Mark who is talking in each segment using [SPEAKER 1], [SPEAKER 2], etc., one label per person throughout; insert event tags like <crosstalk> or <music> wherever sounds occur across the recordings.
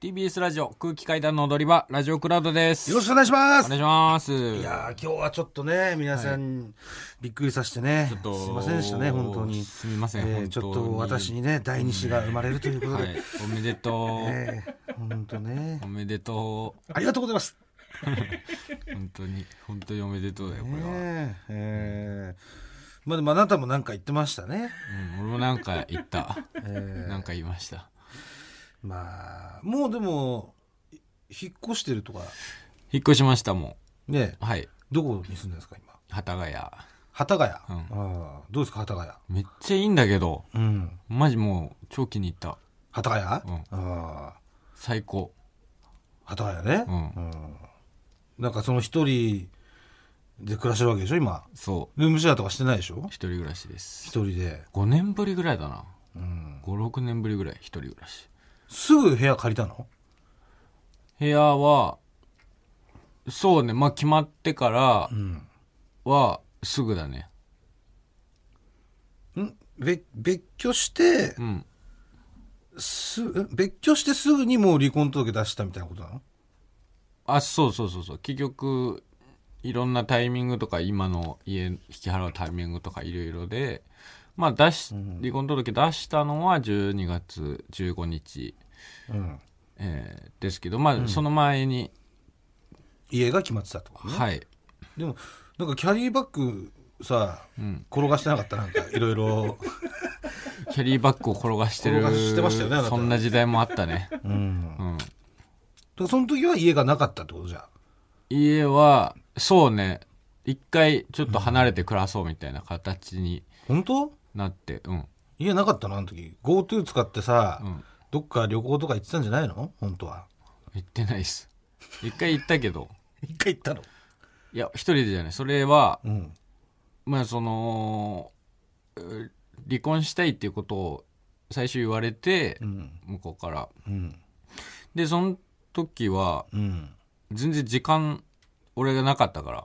[SPEAKER 1] TBS ラジオ空気階段の踊り場ラジオクラウドです
[SPEAKER 2] よろしくお願いしま
[SPEAKER 1] お
[SPEAKER 2] す
[SPEAKER 1] 願いします
[SPEAKER 2] いやー今日はちょっとね皆さんびっくりさせてね、
[SPEAKER 1] ちょっと
[SPEAKER 2] すいませんでしたね本当に
[SPEAKER 1] すみません本
[SPEAKER 2] え
[SPEAKER 1] 当
[SPEAKER 2] ー
[SPEAKER 1] に
[SPEAKER 2] ちょっと私にね第二子が生まれるということ
[SPEAKER 1] は
[SPEAKER 2] で、
[SPEAKER 1] いおめでとう
[SPEAKER 2] えー本当ね
[SPEAKER 1] おめでと
[SPEAKER 2] ありがとうございます
[SPEAKER 1] う本当に本当におめでとうだよこれは、
[SPEAKER 2] ねええーまあでもあなたもなんか言ってましたね
[SPEAKER 1] うん、俺もなんか言った、
[SPEAKER 2] え
[SPEAKER 1] なんか言いました
[SPEAKER 2] まあもうでもい引っ越してるとか
[SPEAKER 1] 引っ越しましたも
[SPEAKER 2] ね
[SPEAKER 1] んはい
[SPEAKER 2] どこに住んでるんですか今
[SPEAKER 1] 幡ヶ谷
[SPEAKER 2] 幡ヶ谷、
[SPEAKER 1] う
[SPEAKER 2] ああどうですか幡ヶ
[SPEAKER 1] めっちゃいいんだけど
[SPEAKER 2] 谷うん
[SPEAKER 1] マジもう超気に入った
[SPEAKER 2] 幡ヶ谷、
[SPEAKER 1] うん
[SPEAKER 2] ああ
[SPEAKER 1] 最高
[SPEAKER 2] 幡ヶ谷ね、
[SPEAKER 1] うん
[SPEAKER 2] うんなんかその一人で暮らしてるわけでしょ今
[SPEAKER 1] そ
[SPEAKER 2] ルームシェアとかしてないでしょ
[SPEAKER 1] う一人暮らしです
[SPEAKER 2] 一人で、
[SPEAKER 1] 5年ぶりぐらいだな
[SPEAKER 2] うん、
[SPEAKER 1] 56年ぶりぐらい一人暮らし
[SPEAKER 2] すぐ部屋借りたの
[SPEAKER 1] 部屋はそうねまあ決まってから
[SPEAKER 2] うん
[SPEAKER 1] はすぐだね
[SPEAKER 2] んべ別居して
[SPEAKER 1] うん
[SPEAKER 2] すん別居してすぐにもう離婚届出したみたいなことなの
[SPEAKER 1] あそうそうそうそう結局いろんなタイミングとか今の家引き払うタイミングとかいろいろでまあ出し
[SPEAKER 2] うん
[SPEAKER 1] 離婚届出したのは12月15日、
[SPEAKER 2] うん
[SPEAKER 1] えーですけどまあその前に、
[SPEAKER 2] 家が決まってたってことね、
[SPEAKER 1] はい、
[SPEAKER 2] でもなんかキャリーバッグさ
[SPEAKER 1] うん、
[SPEAKER 2] 転がしてなかったなん <laughs> かいろいろ
[SPEAKER 1] キャリーバッグを転がしてる
[SPEAKER 2] 転がしてましたよねあなた
[SPEAKER 1] そんな時代もあったね、
[SPEAKER 2] うん
[SPEAKER 1] うん、
[SPEAKER 2] だからその時は家がなかったってことじゃん
[SPEAKER 1] 家はそうね一回ちょっと離れて暮らそうみたいな形に
[SPEAKER 2] 本当
[SPEAKER 1] なってうん
[SPEAKER 2] 家なかったのあの時 GoTo 使ってさ、
[SPEAKER 1] うん
[SPEAKER 2] どっか旅行とか行ってたんじゃないの本当は。
[SPEAKER 1] 行ってないっす一回行ったけど
[SPEAKER 2] 一回行ったの
[SPEAKER 1] いや一人でじゃないそれは
[SPEAKER 2] うん。
[SPEAKER 1] まあそのう離婚したいっていうことを最初言われて
[SPEAKER 2] うん。
[SPEAKER 1] 向こうから
[SPEAKER 2] うん。
[SPEAKER 1] でその時は
[SPEAKER 2] うん。
[SPEAKER 1] 全然時間俺がなかったから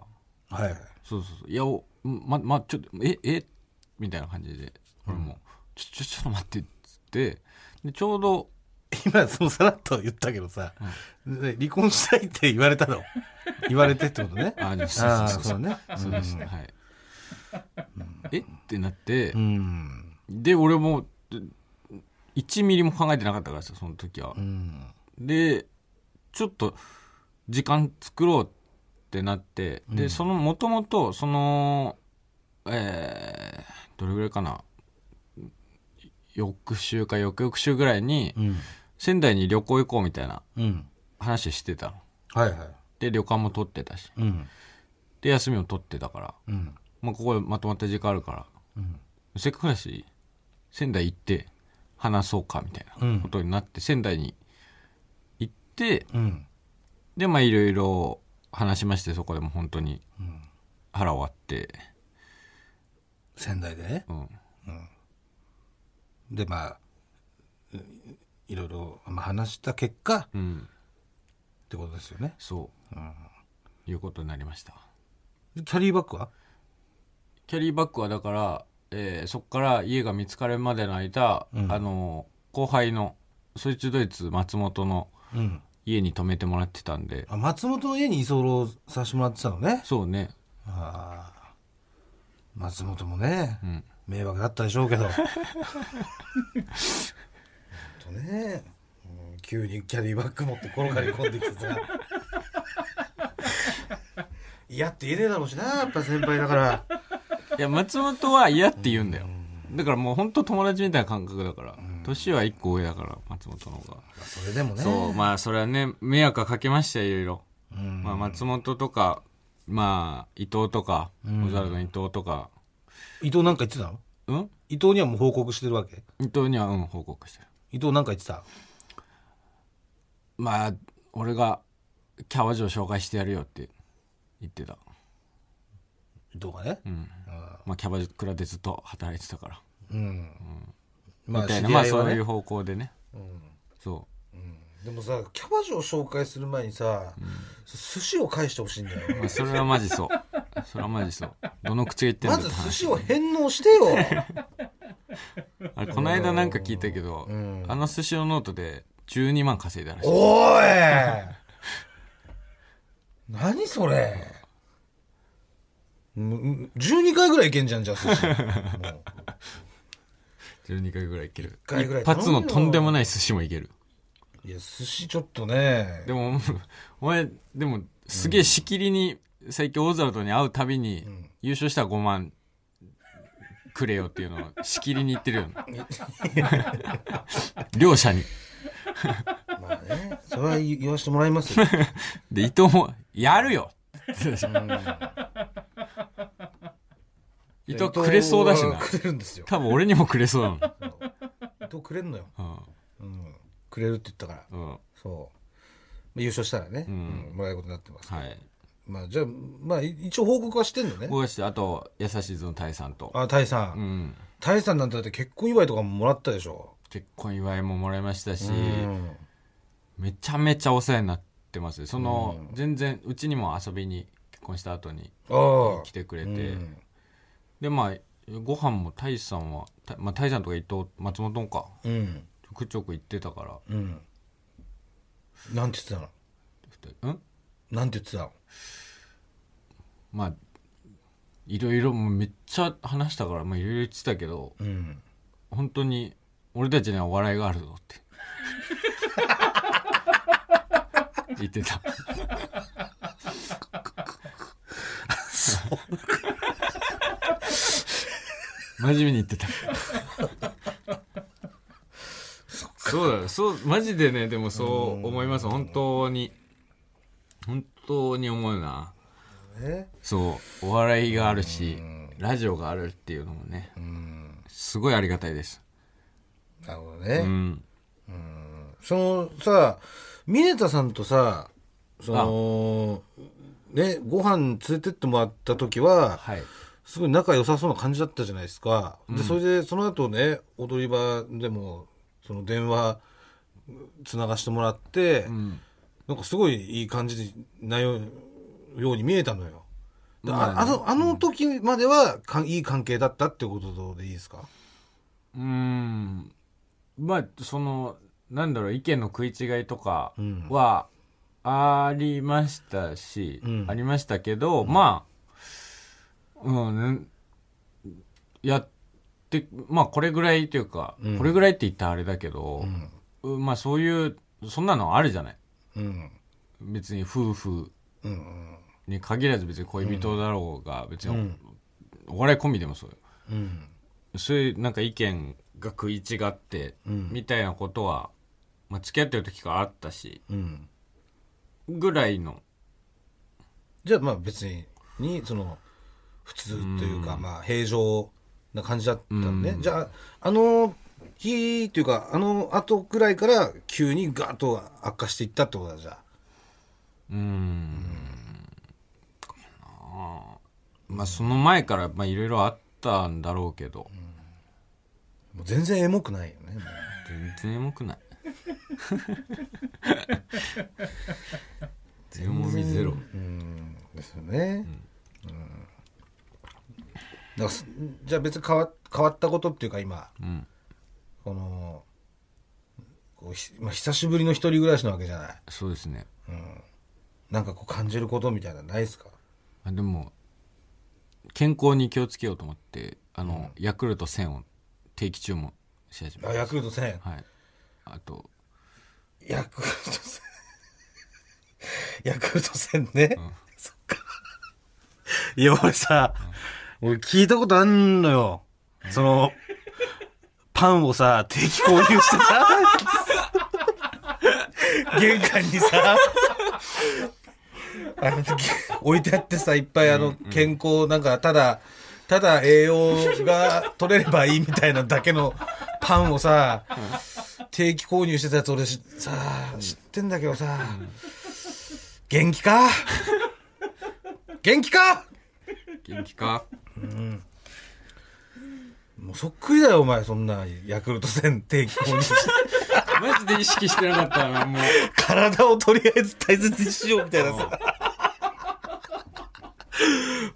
[SPEAKER 2] はい。
[SPEAKER 1] そうそうそういやおままちょっとええみたいな感じで俺も、ちょちょちょっと待ってっつってでちょうど
[SPEAKER 2] <laughs> 今、そのさらっと言ったけどさ、で離婚したいって言われたの。 <laughs> 言われてってことね。
[SPEAKER 1] <laughs> あでもそう
[SPEAKER 2] <laughs> ああ、
[SPEAKER 1] そうそ
[SPEAKER 2] そううね。
[SPEAKER 1] そうですね、はい、えってなって
[SPEAKER 2] う、ん。
[SPEAKER 1] で俺も1ミリも考えてなかったからさその時は
[SPEAKER 2] う、ん。
[SPEAKER 1] でちょっと時間作ろうってなって、でそのもともとそのえーどれぐらいかな翌週か翌々週ぐらいに
[SPEAKER 2] うん。
[SPEAKER 1] 仙台に旅行行こうみたいな
[SPEAKER 2] うん。
[SPEAKER 1] 話してたの
[SPEAKER 2] はいはい。
[SPEAKER 1] で旅館も取ってたし
[SPEAKER 2] うん。
[SPEAKER 1] で休みも取ってたから、
[SPEAKER 2] うん。
[SPEAKER 1] まあ、ここでまとまった時間あるから
[SPEAKER 2] うん。
[SPEAKER 1] せっかくだし仙台行って話そうかみたいなことになって、仙台に行って
[SPEAKER 2] うん。
[SPEAKER 1] でまあいろいろ話しましてそこでも本当に
[SPEAKER 2] うん。
[SPEAKER 1] 腹割って、
[SPEAKER 2] 仙台でね。
[SPEAKER 1] うん、
[SPEAKER 2] で、まあ、いいろいろ、まあ、話した結果っ
[SPEAKER 1] うん、
[SPEAKER 2] てことですよね。
[SPEAKER 1] そう、
[SPEAKER 2] うん
[SPEAKER 1] いうことになりました
[SPEAKER 2] でキャリーバッグは
[SPEAKER 1] キャリーバッグはだから、えーそこから家が見つかるまでの間、
[SPEAKER 2] うん
[SPEAKER 1] あの後輩のそいつドイツ松本の
[SPEAKER 2] うん。
[SPEAKER 1] 家に泊めてもらってたんで
[SPEAKER 2] あ松本の家に居候させてもらってたのね
[SPEAKER 1] そうね
[SPEAKER 2] ああ松本もね、
[SPEAKER 1] うん
[SPEAKER 2] 迷惑だったでしょうけどほんとね、うん急にキャリーバッグ持って転がり込んできてさ嫌って言えねえだろうしなやっぱ先輩だから
[SPEAKER 1] いや松本は嫌って言うんだよだからもう本当友達みたいな感覚だから年は1個上だから松本の方が、
[SPEAKER 2] それでもね
[SPEAKER 1] そうまあそれはね迷惑はかけましたよいろいろ
[SPEAKER 2] うん
[SPEAKER 1] まあ、松本とか、まあ、伊藤とか、
[SPEAKER 2] うん
[SPEAKER 1] オザルドの伊藤とか、
[SPEAKER 2] 伊藤なんか言ってたの
[SPEAKER 1] うん
[SPEAKER 2] 伊藤にはもう報告してるわけ
[SPEAKER 1] 伊藤には、うん、報告してる。
[SPEAKER 2] 伊藤なんか言ってた
[SPEAKER 1] まあ、俺が、キャバ嬢紹介してやるよって言ってた。
[SPEAKER 2] 伊藤がね
[SPEAKER 1] うん。まあ、キャバクラでずっと働いてたから。
[SPEAKER 2] うん、まあ
[SPEAKER 1] みたい
[SPEAKER 2] 知
[SPEAKER 1] な、
[SPEAKER 2] り
[SPEAKER 1] ま
[SPEAKER 2] 合
[SPEAKER 1] あ、
[SPEAKER 2] い
[SPEAKER 1] そ
[SPEAKER 2] は
[SPEAKER 1] うい
[SPEAKER 2] ね
[SPEAKER 1] う方向でね。そ
[SPEAKER 2] でもさキャバ嬢を紹介する前にさ、寿司を返してほしいんだよ
[SPEAKER 1] う。まあ、それはマジそう。 <laughs> それはマジそう。どの口が言ってん
[SPEAKER 2] ま
[SPEAKER 1] だって
[SPEAKER 2] ず寿
[SPEAKER 1] 話
[SPEAKER 2] 司。を返納してよ
[SPEAKER 1] <laughs> あれ、この間なんか聞いたけど
[SPEAKER 2] うん、
[SPEAKER 1] あの寿司のノートで、 12万稼いだらしい <laughs>
[SPEAKER 2] おーい何それむ12回ぐらいいけんじゃんじゃあ
[SPEAKER 1] <laughs>
[SPEAKER 2] 寿司もう
[SPEAKER 1] 12回ぐらいいける
[SPEAKER 2] 一回ぐらい
[SPEAKER 1] 一発の
[SPEAKER 2] 頼むよ
[SPEAKER 1] とんでもない寿司もいける
[SPEAKER 2] いや寿司ちょっとね
[SPEAKER 1] でもお前でもすげえしきりに最近オズワルドに会うたびに
[SPEAKER 2] ん
[SPEAKER 1] 優勝したら5万くれよっていうのをしきりに言
[SPEAKER 2] <laughs>
[SPEAKER 1] ってるよ両者に
[SPEAKER 2] まあねそれは言言わせてもらいますよ
[SPEAKER 1] で伊藤も「やるよ!」 <laughs> 伊藤くれそうだし
[SPEAKER 2] 伊
[SPEAKER 1] な
[SPEAKER 2] 藤はくれるんですよ
[SPEAKER 1] 多分俺にもくれそうなの
[SPEAKER 2] 伊藤くれんのよ、 <laughs>
[SPEAKER 1] うん
[SPEAKER 2] うん、くれるって言ったから
[SPEAKER 1] うんは
[SPEAKER 2] そうまあ優勝したらね、
[SPEAKER 1] ん
[SPEAKER 2] うんもらえることになってます、
[SPEAKER 1] い
[SPEAKER 2] まあじゃあまあい一応報告はしてんのね
[SPEAKER 1] 僕はしてあと優しいぞのタイさんと
[SPEAKER 2] あタイさん、
[SPEAKER 1] うん
[SPEAKER 2] タイさんなんてだって結婚祝いとかももらったでしょ
[SPEAKER 1] 結婚祝いももらいましたし
[SPEAKER 2] うん
[SPEAKER 1] めちゃめちゃお世話になってますその全然うちにも遊びに結婚した後に
[SPEAKER 2] ああ
[SPEAKER 1] 来てくれ
[SPEAKER 2] う
[SPEAKER 1] て
[SPEAKER 2] ん
[SPEAKER 1] でまあご飯もタイさんはタイまあタイさんとか伊藤松本か
[SPEAKER 2] うん
[SPEAKER 1] ちょくちょく行ってたから
[SPEAKER 2] うんなんて言ってたの
[SPEAKER 1] 二人うん
[SPEAKER 2] なんて言ってたの
[SPEAKER 1] まあいろいろもうめっちゃ話したからまあいろいろ言ってたけど
[SPEAKER 2] うん
[SPEAKER 1] 本当に俺たちにはお笑いがあるぞって言ってた真面目に言ってたそうだよそうマジでねでもそう思います本当に本当に思うな
[SPEAKER 2] え
[SPEAKER 1] そうお笑いがあるしラジオがあるっていうのもね
[SPEAKER 2] うん
[SPEAKER 1] すごいありがたいです
[SPEAKER 2] なるほど
[SPEAKER 1] う
[SPEAKER 2] ね、
[SPEAKER 1] ん
[SPEAKER 2] そのさ峰田さんとさそのねご飯連れてってもらった時は
[SPEAKER 1] はい
[SPEAKER 2] すごい仲良さそうな感じだったじゃないですか、でそれでその後ね踊り場でもその電話つながしてもらって、
[SPEAKER 1] うん
[SPEAKER 2] なんかすごいいい感じなよように見えたのよ。で
[SPEAKER 1] まあ
[SPEAKER 2] あ
[SPEAKER 1] ね
[SPEAKER 2] あのあの時まではかいい関係だったってことでいいですか
[SPEAKER 1] うんまあそのなんだろう意見の食い違いとか
[SPEAKER 2] うん
[SPEAKER 1] はありましたし、
[SPEAKER 2] うん
[SPEAKER 1] ありましたけど、まあうんやってまあこれぐらいというか、
[SPEAKER 2] うん
[SPEAKER 1] これぐらいって言ったらあれだけど、うんまあそういうそんなのあるじゃない
[SPEAKER 2] うん
[SPEAKER 1] 別に夫婦
[SPEAKER 2] うんうん
[SPEAKER 1] に限らず別に恋人だろうが、別
[SPEAKER 2] う
[SPEAKER 1] に
[SPEAKER 2] ん
[SPEAKER 1] お笑い込みでもそうよ
[SPEAKER 2] うん
[SPEAKER 1] そういうなんか意見が食い違って、
[SPEAKER 2] うん
[SPEAKER 1] みたいなことは、まあ、付き合ってる時からあったし
[SPEAKER 2] うん
[SPEAKER 1] ぐらいの
[SPEAKER 2] じゃあまあ別ににその普通というか、まあ平常な感じだったのね、
[SPEAKER 1] うん
[SPEAKER 2] じゃああの日っていうかあの後くらいから急にガーッと悪化していったってことだじゃあ
[SPEAKER 1] うーんかなまあその前からまあいろいろあったんだろうけど、
[SPEAKER 2] もう全然エモくないよねも
[SPEAKER 1] 全然エモくないゼロもみゼロ
[SPEAKER 2] ううんですよね、うんだからすじゃあ別に変わ変わったことっていうか今
[SPEAKER 1] うん
[SPEAKER 2] このこうひ、まあ、久しぶりの一人暮らしなわけじゃない
[SPEAKER 1] そうですね
[SPEAKER 2] なんかこう感じることみたいなのないですか
[SPEAKER 1] あでも健康に気をつけようと思ってあの、ヤクルト1000を定期注文し始め
[SPEAKER 2] あ
[SPEAKER 1] ま
[SPEAKER 2] ヤ
[SPEAKER 1] し
[SPEAKER 2] クルト1000
[SPEAKER 1] たはいあと
[SPEAKER 2] ヤクルト1000ヤクルト1000ね、そっかいや俺さ、俺聞いたことあんのよそのパンをさ定期購入してさ玄関にさあの置いてあってさいっぱいあの健康なんかただただ栄養が取れればいいみたいなだけのパンをさ定期購入してたやつ俺しさ知ってんだけどさ元気か元気か
[SPEAKER 1] 元気か
[SPEAKER 2] もうそっくりだよお前そんなヤクルト1000定期購入して
[SPEAKER 1] マジで意識してなかったな、も <laughs> う。
[SPEAKER 2] 体をとりあえず大切にしようみたいなさ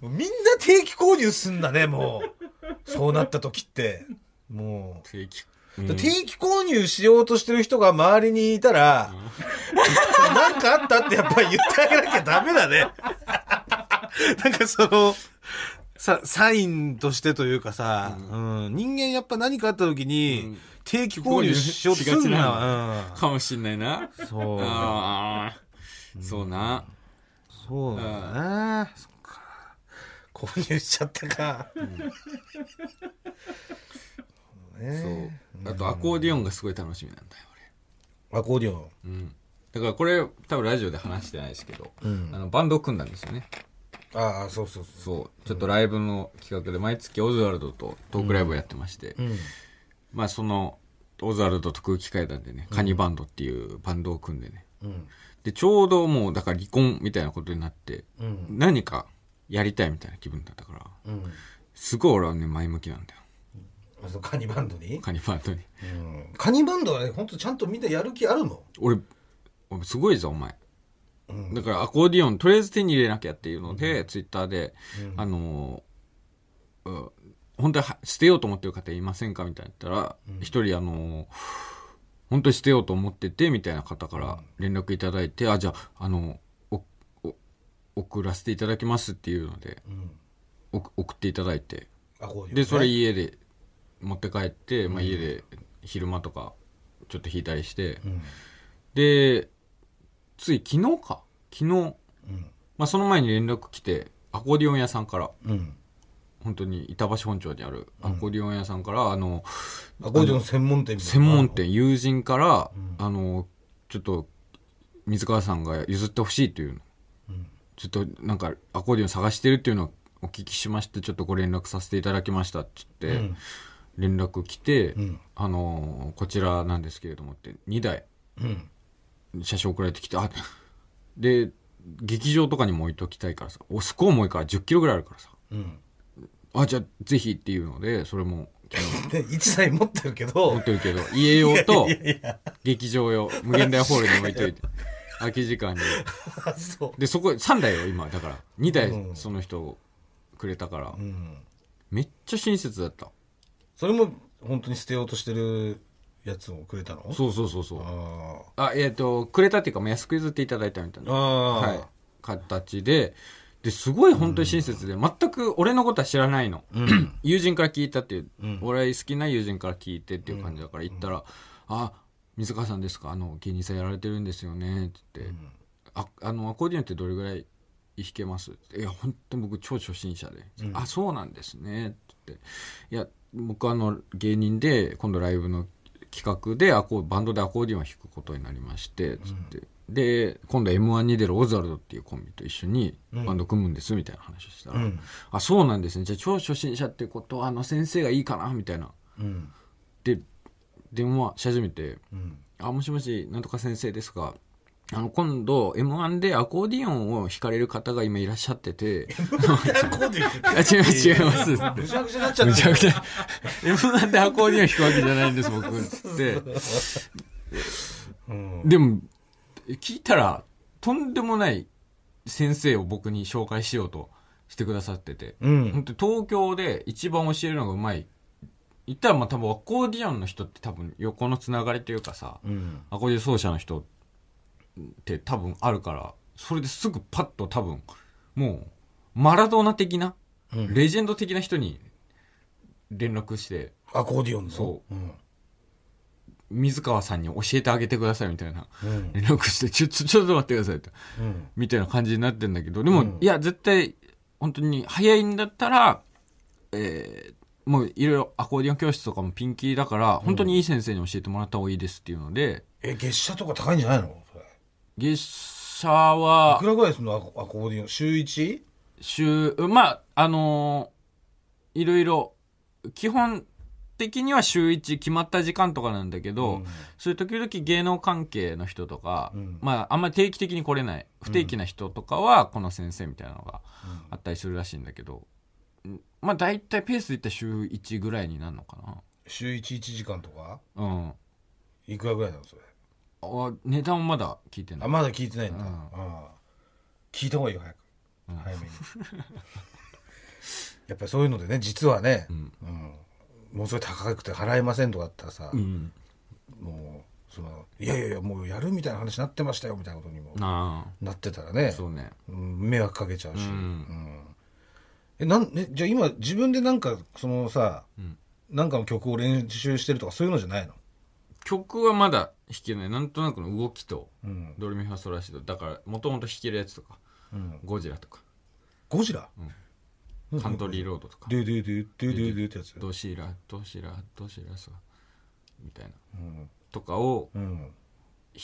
[SPEAKER 2] <laughs> みんな定期購入すんだねもうそうなった時ってもう
[SPEAKER 1] 定期
[SPEAKER 2] 定期購入しようとしてる人が周りにいたら、なんかあったってやっぱり言ってあげなきゃダメだ <laughs> ね。なんかその、さ、サインとしてというかさ、うん人間やっぱ何かあった時に、定期購入しようとする
[SPEAKER 1] 購入しがち
[SPEAKER 2] な。
[SPEAKER 1] かもしんないな。
[SPEAKER 2] うん、 <laughs> そう。
[SPEAKER 1] ああ、そうな。
[SPEAKER 2] そうだね。そっか。購入しちゃったか。
[SPEAKER 1] そう。あと、アコーディオンがすごい楽しみなんだよ、
[SPEAKER 2] アコーディオン。
[SPEAKER 1] 俺。うん。だからこれ、多分ラジオで話してないですけど、
[SPEAKER 2] ん
[SPEAKER 1] あの、バンドを組んだんですよね。
[SPEAKER 2] ああ、そうそうそ
[SPEAKER 1] そう。ちょっとライブの企画で、毎月オズワルドとトークライブをやってまして、
[SPEAKER 2] う。うん。
[SPEAKER 1] まあその、オズワルドと空気階段でね、カニバンドっていうバンドを組んでね。
[SPEAKER 2] うん。
[SPEAKER 1] で、ちょうどもう、だから離婚みたいなことになって、
[SPEAKER 2] うん。
[SPEAKER 1] 何かやりたいみたいな気分だったから、
[SPEAKER 2] うん。
[SPEAKER 1] すごい俺はね、前向きなんだよ。
[SPEAKER 2] あそうカニバンドに、
[SPEAKER 1] カニバンドに。
[SPEAKER 2] うん、カニバンドはね、ほんとちゃんとみんなやる気あるの
[SPEAKER 1] 俺、俺すごいぞ、お前。
[SPEAKER 2] うん。
[SPEAKER 1] だからアコーディオンとりあえず手に入れなきゃっていうので、ツイッターで、
[SPEAKER 2] うん
[SPEAKER 1] あのーうん本当には捨てようと思ってる方いませんかみたいな言ったら
[SPEAKER 2] うん
[SPEAKER 1] 一、人あのー本当に捨てようと思っててみたいな方から連絡いただいて、あじゃああのおお送らせていただきますっていうので
[SPEAKER 2] うん。
[SPEAKER 1] お送っていただいて
[SPEAKER 2] アコーディオン、ね。
[SPEAKER 1] でそれ家で持って帰って、まあ、家で昼間とかちょっと弾いたりして、
[SPEAKER 2] うん。
[SPEAKER 1] でつい昨日か昨日
[SPEAKER 2] うん。
[SPEAKER 1] まあ、その前に連絡来てアコーディオン屋さんから
[SPEAKER 2] うん。
[SPEAKER 1] 本当に板橋本町にあるアコーディオン屋さんから、あの
[SPEAKER 2] アコーディオン専門店みたいな。
[SPEAKER 1] 専門。店友人から、
[SPEAKER 2] うん
[SPEAKER 1] あのちょっと水川さんが譲ってほしいというの
[SPEAKER 2] うん。
[SPEAKER 1] ちょっとなんかアコーディオン探してるっていうのをお聞きしましてちょっとご連絡させていただきましたっつって、
[SPEAKER 2] うん。
[SPEAKER 1] 連絡来て、
[SPEAKER 2] うん。
[SPEAKER 1] あのこちらなんですけれどもって2台
[SPEAKER 2] うん。
[SPEAKER 1] 写真送られてきてあで劇場とかにも置いときたいからさおすっごい重いから1 0キロぐらいあるからさ
[SPEAKER 2] うん。
[SPEAKER 1] あ、じゃあ、ぜひっていうので、それも、
[SPEAKER 2] で、1台持ってるけど
[SPEAKER 1] 持っ、てるけど、家用と
[SPEAKER 2] いやいや、
[SPEAKER 1] 劇場用、無限大ホールに置い
[SPEAKER 2] <laughs>
[SPEAKER 1] といて、空き時間に。
[SPEAKER 2] そう。
[SPEAKER 1] で、そこ、3台よ、今、だから。2
[SPEAKER 2] うん
[SPEAKER 1] 台、その人、くれたから
[SPEAKER 2] う、ん。
[SPEAKER 1] めっちゃ親切だった。
[SPEAKER 2] それも本当に捨てようとしてるやつをくれたのう。
[SPEAKER 1] そうそうそうそう。
[SPEAKER 2] あ
[SPEAKER 1] あ、えっ、と、くれたっていうか、まあ安く譲っていただいたみたい
[SPEAKER 2] あ。
[SPEAKER 1] な、
[SPEAKER 2] ああー。
[SPEAKER 1] はい、形で、で、すごい本当に親切で、全く俺のことは知らないの。
[SPEAKER 2] うん。
[SPEAKER 1] 友人から聞いたっていう、
[SPEAKER 2] うん
[SPEAKER 1] 俺好きな友人から聞いてっていう感じだから行ったら「あ水川さんですかあの芸人さんやられてるんですよね」って言って、
[SPEAKER 2] ん
[SPEAKER 1] ああの「アコーディオンってどれぐらい弾けます?」って「いや本当僕超初心者で、
[SPEAKER 2] うん
[SPEAKER 1] あそうなんですね」って言って「いや僕あの芸人で今度ライブの企画でアコバンドでアコーディオンを弾くことになりまして」つって。で今度 m 1に出るオズワルドっていうコンビと一緒にバンド組むんですみたいな話をしたら、
[SPEAKER 2] うん。
[SPEAKER 1] あそうなんですねじゃあ超初心者ってことはあの先生がいいかなみたいな
[SPEAKER 2] うん。
[SPEAKER 1] で電話し始めて
[SPEAKER 2] うん。
[SPEAKER 1] 「あもしもしなんとか先生ですがあの今度 m 1でアコーディオンを弾かれる方が今いらっしゃってて
[SPEAKER 2] アコーディ
[SPEAKER 1] 「あ違います違います」っ
[SPEAKER 2] オン。ぐ
[SPEAKER 1] て。
[SPEAKER 2] ちゃぐちゃになっちゃ
[SPEAKER 1] む
[SPEAKER 2] っ
[SPEAKER 1] ちゃくちゃ m 1でアコーディオン弾くわけじゃないんです僕っつって
[SPEAKER 2] た。うん。
[SPEAKER 1] でも聞いたらとんでもない先生を僕に紹介しようとしてくださってて
[SPEAKER 2] うん。
[SPEAKER 1] 本当東京で一番教えるのがうまい言ったらまあ多分アコーディオンの人って多分横のつながりというかさ
[SPEAKER 2] うん。
[SPEAKER 1] アコーディオン奏者の人って多分あるからそれですぐパッと多分もうマラドーナ的な
[SPEAKER 2] うん
[SPEAKER 1] レジェンド的な人に連絡して
[SPEAKER 2] アコーディオンの。。
[SPEAKER 1] そう
[SPEAKER 2] うん。
[SPEAKER 1] 水川さんに教えてあげてくださいみたいな
[SPEAKER 2] うん。
[SPEAKER 1] 連絡してちょちょちょっと待ってくださいって
[SPEAKER 2] うん。
[SPEAKER 1] みたいな感じになってんだけどでも、
[SPEAKER 2] うん
[SPEAKER 1] いや絶対本当に早いんだったら、えーもういろいろアコーディオン教室とかもピンキーだから本当にいい先生に教えてもらった方がいいですっていうので
[SPEAKER 2] え、月謝とか高いんじゃないのそれ
[SPEAKER 1] 月謝
[SPEAKER 2] い
[SPEAKER 1] は
[SPEAKER 2] くらぐらいするのアコアコーディオン。週 1?
[SPEAKER 1] 週まああのーいろいろ基本的には週1決まった時間とかなんだけど、そういう時々芸能関係の人とか、
[SPEAKER 2] うん
[SPEAKER 1] まああんまり定期的に来れない不定期な人とかはこの先生みたいなのがあったりするらしいんだけど、うんまあ大体ペースでいったら週1ぐらいになるのか
[SPEAKER 2] 週1、1時間とか
[SPEAKER 1] なうん
[SPEAKER 2] いくらぐらいなのそれ。
[SPEAKER 1] あ値段はまだ聞いてな
[SPEAKER 2] あ、
[SPEAKER 1] い
[SPEAKER 2] まだ聞いてないんだ。
[SPEAKER 1] うん
[SPEAKER 2] ああ聞いた方がいいよ、早く。
[SPEAKER 1] うん
[SPEAKER 2] 早めに。やっぱりそういうのでね、実はね、
[SPEAKER 1] うん
[SPEAKER 2] うんものすごい高くて払えませんとかだったらさ、
[SPEAKER 1] うん
[SPEAKER 2] もうそのいやいやいやもうやるみたいな話になってましたよみたいなことにも
[SPEAKER 1] な
[SPEAKER 2] なってたらね
[SPEAKER 1] あそうね
[SPEAKER 2] うん迷惑かけちゃうし、
[SPEAKER 1] うん
[SPEAKER 2] うんえなんえじゃあ今自分でなんかそのさ、
[SPEAKER 1] ん
[SPEAKER 2] なんかの曲を練習してるとかそういうのじゃないの、
[SPEAKER 1] 曲はまだ弾けないなんとなくの動きと
[SPEAKER 2] うん
[SPEAKER 1] ドレミファソラシドだからもともと弾けるやつとか
[SPEAKER 2] うん、
[SPEAKER 1] ゴジラとか
[SPEAKER 2] ゴジラ、うん
[SPEAKER 1] カントリーロードとか
[SPEAKER 2] ドゥドゥドゥドゥドゥドゥってやつ、
[SPEAKER 1] ドシーラドシーラドシーラそうみたいな
[SPEAKER 2] うん
[SPEAKER 1] とかを
[SPEAKER 2] うん、
[SPEAKER 1] 弾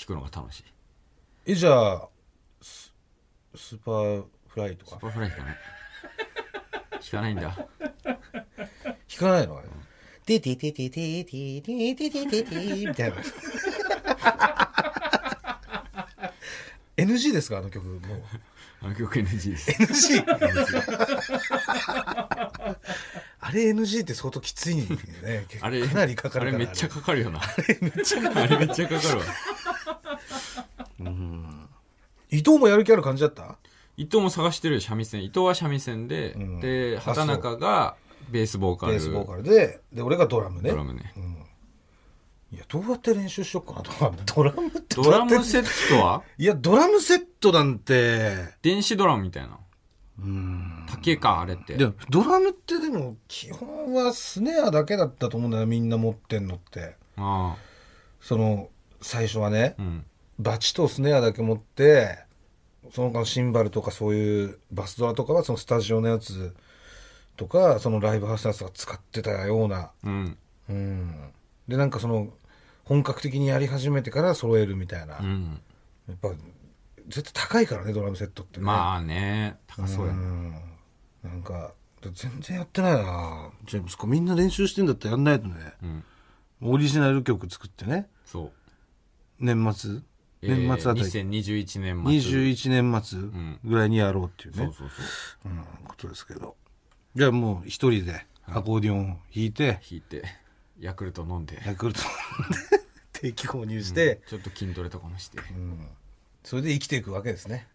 [SPEAKER 1] くのが楽しい
[SPEAKER 2] えじゃあススーパーフライと
[SPEAKER 1] ス
[SPEAKER 2] か
[SPEAKER 1] パフライ弾かない弾かないんだ
[SPEAKER 2] 弾かないのあれてててててててててててみたいな NG ですかあの曲もう
[SPEAKER 1] あの曲 NG です
[SPEAKER 2] NG? あれ NG って相当きついんだよね結構
[SPEAKER 1] あれ
[SPEAKER 2] かなりかかる
[SPEAKER 1] あ
[SPEAKER 2] から
[SPEAKER 1] れめっちゃかかるよなあれめっちゃかかるわ
[SPEAKER 2] 伊藤もやる気ある感じだった
[SPEAKER 1] 伊藤も探してるよ三味線伊藤は三味線で、
[SPEAKER 2] ん
[SPEAKER 1] で
[SPEAKER 2] あそう
[SPEAKER 1] 畑中がベースボーカル
[SPEAKER 2] ベースボーカルでで俺がドラムね
[SPEAKER 1] ドラムね
[SPEAKER 2] いやどうやって練習しよっかなとかドラムってどう
[SPEAKER 1] ド
[SPEAKER 2] や
[SPEAKER 1] ラ
[SPEAKER 2] って
[SPEAKER 1] ムセットはい
[SPEAKER 2] やドラムセットなんて
[SPEAKER 1] 電子ドラムみたいな
[SPEAKER 2] うん
[SPEAKER 1] 竹かあれって
[SPEAKER 2] でもドラムってでも基本はスネアだけだったと思うんだよみんな持ってんのって
[SPEAKER 1] あ
[SPEAKER 2] その最初はね
[SPEAKER 1] あうん
[SPEAKER 2] バチとスネアだけ持ってその他のシンバルとかそういうバスドラとかはそのスタジオのやつとかそのライブハウスのやつとか使ってたような
[SPEAKER 1] うん
[SPEAKER 2] うんでなんかその本格的にやり始めてから揃えるみたいな、
[SPEAKER 1] う
[SPEAKER 2] や
[SPEAKER 1] ん
[SPEAKER 2] っぱ絶対高いからねドラムセットってね
[SPEAKER 1] まあね高そうや
[SPEAKER 2] う
[SPEAKER 1] ね
[SPEAKER 2] んなんか全然やってないなじゃあ息子みんな練習してんだったらやんないとね
[SPEAKER 1] うん
[SPEAKER 2] オリジナル曲作ってね
[SPEAKER 1] そう
[SPEAKER 2] 年末
[SPEAKER 1] えー
[SPEAKER 2] 年末あたり、
[SPEAKER 1] 2021年末
[SPEAKER 2] 21年末ぐらいにやろうっていう
[SPEAKER 1] そ
[SPEAKER 2] ね
[SPEAKER 1] う、そうそう
[SPEAKER 2] うんことですけどじゃあもう一人でアコーディオンを弾いて、
[SPEAKER 1] 弾いてヤクルト飲んで
[SPEAKER 2] ヤクルト <laughs> 飲んで定期購入して、
[SPEAKER 1] ちょっと筋トレとかもして
[SPEAKER 2] うんそれで生きていくわけですね、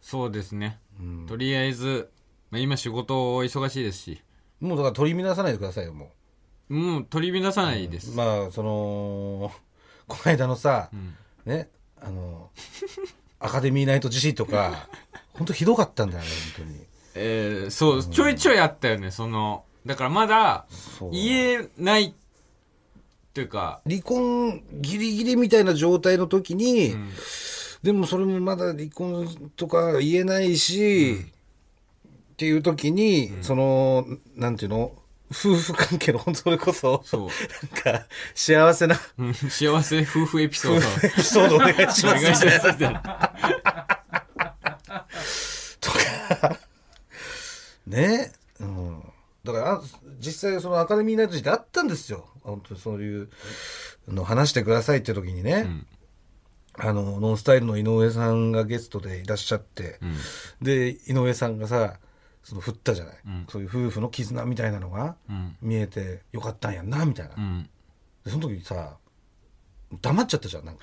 [SPEAKER 1] そうですね
[SPEAKER 2] うん
[SPEAKER 1] とりあえずまあ今仕事忙しいですし
[SPEAKER 2] もうだから取り乱さないでくださいよも
[SPEAKER 1] もう取り乱さないで
[SPEAKER 2] う
[SPEAKER 1] す
[SPEAKER 2] まあそのこの間のさ、
[SPEAKER 1] うん
[SPEAKER 2] ねあのアカデミーナイト GC とか本当ひどかったんだよね本当に
[SPEAKER 1] えーそうちょいちょいあったよねそのだからまだ
[SPEAKER 2] そう
[SPEAKER 1] 言えないっていうか
[SPEAKER 2] 離婚ギリギリみたいな状態の時に、でもそれもまだ離婚とか言えないし、っていう時に、そのなんていうの夫婦関係の本当それこそ
[SPEAKER 1] そう
[SPEAKER 2] なんか幸せな
[SPEAKER 1] うん幸せ夫婦エピソード
[SPEAKER 2] エピソードお願いし
[SPEAKER 1] お
[SPEAKER 2] ま
[SPEAKER 1] 願いし
[SPEAKER 2] す
[SPEAKER 1] ますみたいな
[SPEAKER 2] とか <laughs> ねうんだからあ実際そのアカデミーナイト時代あったんですよ本当にそういうの話してくださいって時にね、
[SPEAKER 1] ん
[SPEAKER 2] あのノンスタイルの井上さんがゲストでいらっしゃって、
[SPEAKER 1] ん
[SPEAKER 2] で井上さんがさその振ったじゃない、
[SPEAKER 1] ん
[SPEAKER 2] そういう夫婦の絆みたいなのが
[SPEAKER 1] うん
[SPEAKER 2] 見えてよかったんやんなみたいな、
[SPEAKER 1] うん
[SPEAKER 2] でその時さ黙っちゃったじゃんなんか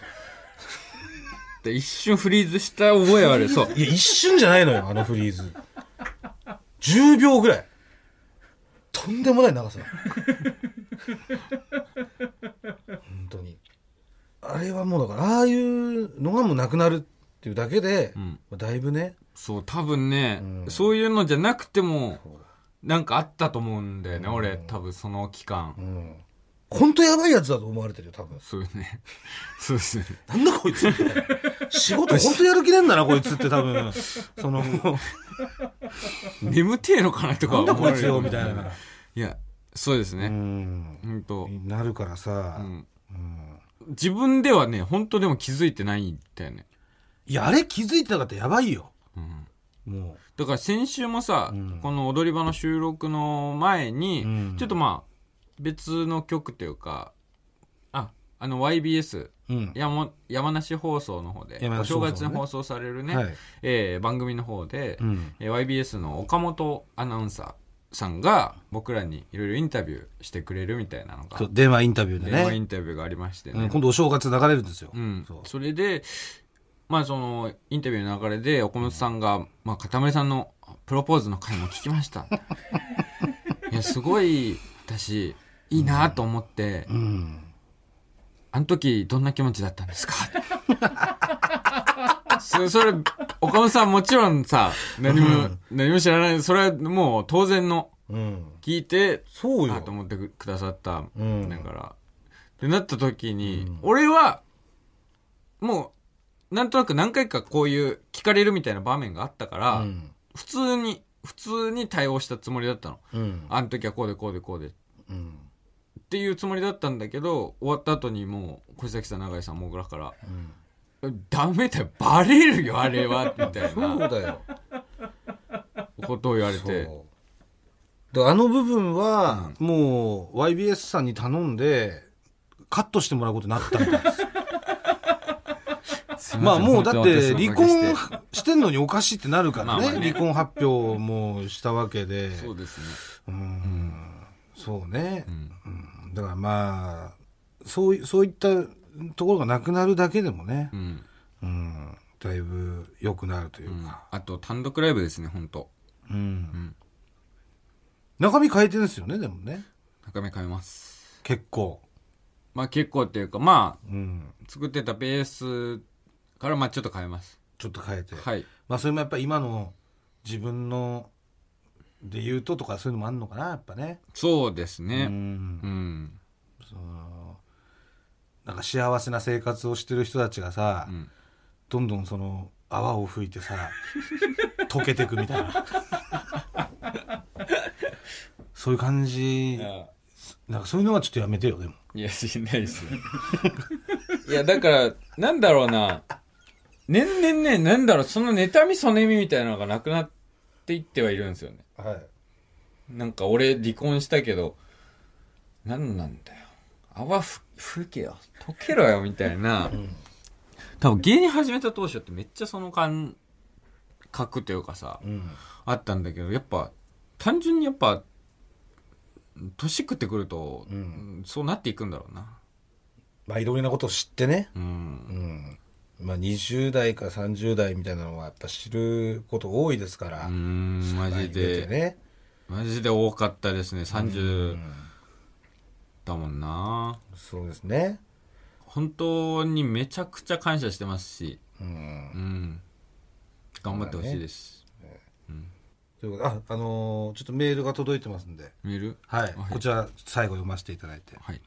[SPEAKER 1] で一瞬フリーズした覚えはあるそう
[SPEAKER 2] いや一瞬じゃないのよあのフリーズ10秒ぐらいとんでもない長さ本当にあれはもうだからああいうのがもうなくなるっていうだけで、
[SPEAKER 1] ん
[SPEAKER 2] まあだいぶね
[SPEAKER 1] そう、多分ね、
[SPEAKER 2] うん
[SPEAKER 1] そういうのじゃなくても、なんかあったと思うんだよね、俺、多分その期間。
[SPEAKER 2] うん本当やばいやつだと思われてるよ多分
[SPEAKER 1] そうよね。 <laughs> そうですね。
[SPEAKER 2] なんだこいつみたいな仕事本当やる気ねえんだなこいつって多分
[SPEAKER 1] <laughs>
[SPEAKER 2] その
[SPEAKER 1] 眠てえのかなとか
[SPEAKER 2] なんだこいつよ
[SPEAKER 1] 思われる
[SPEAKER 2] みたいな。
[SPEAKER 1] いや、そうです
[SPEAKER 2] う
[SPEAKER 1] ね。
[SPEAKER 2] ん
[SPEAKER 1] うんと、
[SPEAKER 2] なるからさ、
[SPEAKER 1] うん。
[SPEAKER 2] うん
[SPEAKER 1] 自分ではね、本当でも気づいてないんだよね。
[SPEAKER 2] いや、あれ気づいてなかったらやばいよ。
[SPEAKER 1] うん。
[SPEAKER 2] も
[SPEAKER 1] だから先週もさ、
[SPEAKER 2] うん
[SPEAKER 1] この踊り場の収録の前に、
[SPEAKER 2] うん
[SPEAKER 1] ちょっとまあ、別の曲というか、あ、あの YBS、
[SPEAKER 2] う。うん。
[SPEAKER 1] 山山梨放送の方で、
[SPEAKER 2] 山
[SPEAKER 1] お
[SPEAKER 2] 梨放
[SPEAKER 1] 正
[SPEAKER 2] 送ね
[SPEAKER 1] 月に放送されるね、
[SPEAKER 2] はい。
[SPEAKER 1] えー番組の方で、
[SPEAKER 2] うん。
[SPEAKER 1] えー YBS の岡本アナウンサーさんが僕らにいろいろインタビューしてくれるみたいなのが、
[SPEAKER 2] そう電話インタビューで
[SPEAKER 1] 電話イ
[SPEAKER 2] ね。
[SPEAKER 1] ンタビューがありまして
[SPEAKER 2] う
[SPEAKER 1] ね
[SPEAKER 2] ん、。今度お正月流れるんですよ。
[SPEAKER 1] うん
[SPEAKER 2] そ
[SPEAKER 1] そうれで、まあ、そのインタビューの流れで岡本さんが、まあ、片森さん
[SPEAKER 2] <laughs>
[SPEAKER 1] のプロポーズの回も聞きましたいやすごい私いいなと思って、
[SPEAKER 2] うん。
[SPEAKER 1] あの時どんな気持ちだったんですか <laughs> そそれ、岡本さんもちろんさ、何も、何も知らない、それはもう当然の
[SPEAKER 2] うん。
[SPEAKER 1] 聞いて、
[SPEAKER 2] そう
[SPEAKER 1] あと
[SPEAKER 2] よ。
[SPEAKER 1] 思ってくださった、
[SPEAKER 2] うん
[SPEAKER 1] だから。ってなった時に、俺は、もう、なんとなく何回かこういう聞かれるみたいな場面があったから、
[SPEAKER 2] うん。
[SPEAKER 1] 普通に、普通に対応したつもりだったの。
[SPEAKER 2] うん。
[SPEAKER 1] あの時はこうでこうでこうで
[SPEAKER 2] うん。
[SPEAKER 1] っていうつもりだったんだけど終わった後にもう小崎さん永井さんもぐらから
[SPEAKER 2] うん
[SPEAKER 1] 「ダメだよバレるよあれは」みたい
[SPEAKER 2] そう
[SPEAKER 1] な
[SPEAKER 2] だよ。
[SPEAKER 1] ことを言われて
[SPEAKER 2] そうであの部分は、もう YBS さんに頼んでカットしてもらうことになったみたいです
[SPEAKER 1] すい
[SPEAKER 2] <laughs> まあ
[SPEAKER 1] せん
[SPEAKER 2] もうだっ
[SPEAKER 1] 本当に
[SPEAKER 2] て
[SPEAKER 1] 私のおかげ
[SPEAKER 2] 離婚
[SPEAKER 1] して
[SPEAKER 2] してんのにおかしいってなるからね
[SPEAKER 1] まあまあね
[SPEAKER 2] 離婚発表もしたわけで
[SPEAKER 1] そうですね
[SPEAKER 2] うんそうね
[SPEAKER 1] う、ん
[SPEAKER 2] うんだからまあそういそういったところがなくなるだけでもね
[SPEAKER 1] う、ん
[SPEAKER 2] うん、だいぶ良くなるという
[SPEAKER 1] うん
[SPEAKER 2] か、
[SPEAKER 1] あと単独ライブですね本当
[SPEAKER 2] うん中身変えてるんですよねでもね
[SPEAKER 1] 中身変えます
[SPEAKER 2] 結構。
[SPEAKER 1] まあ結構っていうかま
[SPEAKER 2] うん
[SPEAKER 1] あ作ってたベースからまあちょっと変えます
[SPEAKER 2] ちょっと変えて、
[SPEAKER 1] はい
[SPEAKER 2] まあそれもやっぱ今の自分ので言うととかそういうのもあんのかなやっぱね
[SPEAKER 1] そうです
[SPEAKER 2] う
[SPEAKER 1] ね
[SPEAKER 2] ん
[SPEAKER 1] うん
[SPEAKER 2] そのなんか幸せな生活をしてる人たちがさ、
[SPEAKER 1] うん
[SPEAKER 2] どんどんその泡を吹いてさ溶けてくみたいな <laughs> そういう感じなんかそういうのはちょっとやめてよでも
[SPEAKER 1] いや、しないですよ。 <laughs> いや、だから、なんだろうな。年々ね、なんだろう、その妬み、そねみみたいなのがなくなっていってはいるんですよね。
[SPEAKER 2] はい
[SPEAKER 1] なんか俺、離婚したけど、なんなんだよ。泡ふ、吹けよ。溶けろよ、みたいな。多分、芸人始めた当初ってめっちゃその感覚というかさ、
[SPEAKER 2] うん
[SPEAKER 1] あったんだけど、やっぱ、単純にやっぱ、年食ってくると、
[SPEAKER 2] うん
[SPEAKER 1] そうなっていくんだろうな。
[SPEAKER 2] まあいろいろなことを知ってね
[SPEAKER 1] うん
[SPEAKER 2] うんまあ20代から30代みたいなのはやっぱ知ること多いですから、
[SPEAKER 1] うーんマジで、
[SPEAKER 2] ね
[SPEAKER 1] マジで多かったですね30だもんな
[SPEAKER 2] そうですね
[SPEAKER 1] 本当にめちゃくちゃ感謝してますし
[SPEAKER 2] うん
[SPEAKER 1] うん頑張ってほしいです、
[SPEAKER 2] ということでああのーちょっとメールが届いてますんで
[SPEAKER 1] 見る
[SPEAKER 2] はい、
[SPEAKER 1] はい
[SPEAKER 2] こちら最後読ませていただいて、
[SPEAKER 1] はい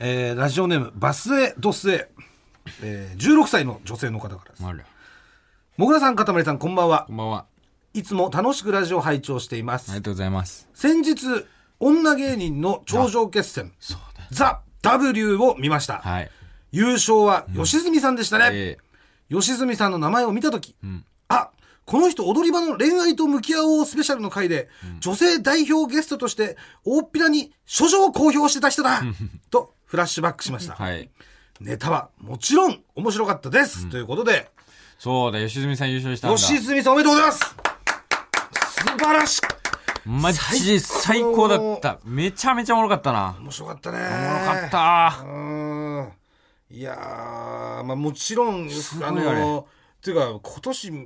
[SPEAKER 2] えーラジオネームバスエドスエ、えー、16歳の女性の方からです
[SPEAKER 1] あら
[SPEAKER 2] もぐらさんかたまりさんこんばんは
[SPEAKER 1] こんばんはい
[SPEAKER 2] つも楽しくラジオ拝聴していま
[SPEAKER 1] あ
[SPEAKER 2] す、
[SPEAKER 1] りがとうございます
[SPEAKER 2] 先日女芸人の頂上決戦
[SPEAKER 1] そうだ
[SPEAKER 2] ザ・ W を見ました、
[SPEAKER 1] はい
[SPEAKER 2] 優勝は吉住さんでしたね、
[SPEAKER 1] え
[SPEAKER 2] 吉住さんの名前を見た時、
[SPEAKER 1] ん
[SPEAKER 2] あこの人踊り場の恋愛と向き合おうスペシャルの回で、女性代表ゲストとして大っぴらに書状を公表してた
[SPEAKER 1] <laughs>
[SPEAKER 2] 人だとフラッシュバックしました、
[SPEAKER 1] ーはい
[SPEAKER 2] ネタはもちろん面白かったです、ということで
[SPEAKER 1] そうだ吉住さん優勝したんだ
[SPEAKER 2] 吉住さんおめでとうございます素晴らしい
[SPEAKER 1] マジ最高だっためちゃめちゃおもろかったな
[SPEAKER 2] 面白かったね
[SPEAKER 1] おもろかっ
[SPEAKER 2] ったうんいやーまあもちろん
[SPEAKER 1] ごい
[SPEAKER 2] あ
[SPEAKER 1] あれ
[SPEAKER 2] のっていうか今年ね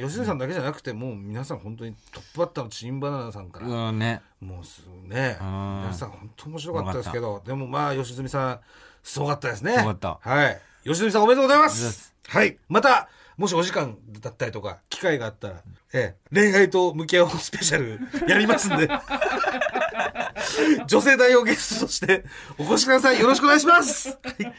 [SPEAKER 2] 吉住さんだけじゃなくて、もう皆さん本当にトップバッターのチンバナナさんから、
[SPEAKER 1] うんね
[SPEAKER 2] もうすぐね、
[SPEAKER 1] うん
[SPEAKER 2] 皆さん本当面白かったですけど、でもまあ、吉住さん、すごかったですね。
[SPEAKER 1] すごかった
[SPEAKER 2] はい。吉住さんおめでとうございま。
[SPEAKER 1] ありがとうございます
[SPEAKER 2] はい。また、もしお時間だったりとか、機会があったら、ええ、恋愛と向き合おうスペシャルやります
[SPEAKER 1] <laughs>
[SPEAKER 2] んで、女性代表ゲストとしてお越しください。よろしくお願いします。はい。
[SPEAKER 1] はい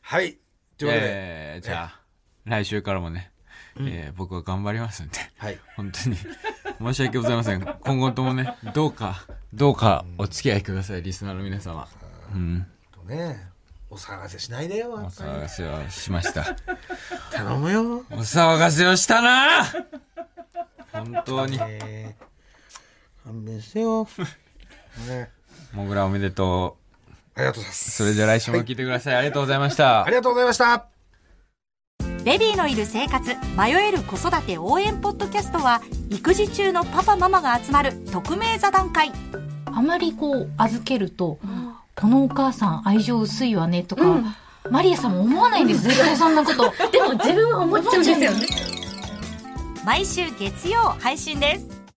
[SPEAKER 2] はい。ということで、
[SPEAKER 1] えーじゃあ、来週からもね、えー僕は頑張りますんで、
[SPEAKER 2] はい。
[SPEAKER 1] 本当に申し訳ございません。今後ともね、どうか、どうかお付き合いください、リスナーの皆様。うん、
[SPEAKER 2] とね、お騒がせしないでよ、
[SPEAKER 1] お
[SPEAKER 2] やっぱり
[SPEAKER 1] 騒がせをしました。
[SPEAKER 2] 頼むよ。
[SPEAKER 1] お騒がせをしたな本当に、
[SPEAKER 2] えー、勘弁してよ。ね
[SPEAKER 1] もぐらおめでとう。
[SPEAKER 2] ありがとうございます。
[SPEAKER 1] それでは来週も聞いてください。ありがとうございました
[SPEAKER 2] あ。りがとうございました。
[SPEAKER 3] ベビーのいる生活迷える子育て応援ポッドキャストは育児中のパパママが集まる匿名座談会
[SPEAKER 4] あまりこう預けると、このお母さん愛情薄いわねとか、マリアさんも思わないん <laughs> です、絶対そんなこと。でも自分は思っちゃうんですよね。
[SPEAKER 3] 毎週月曜配信です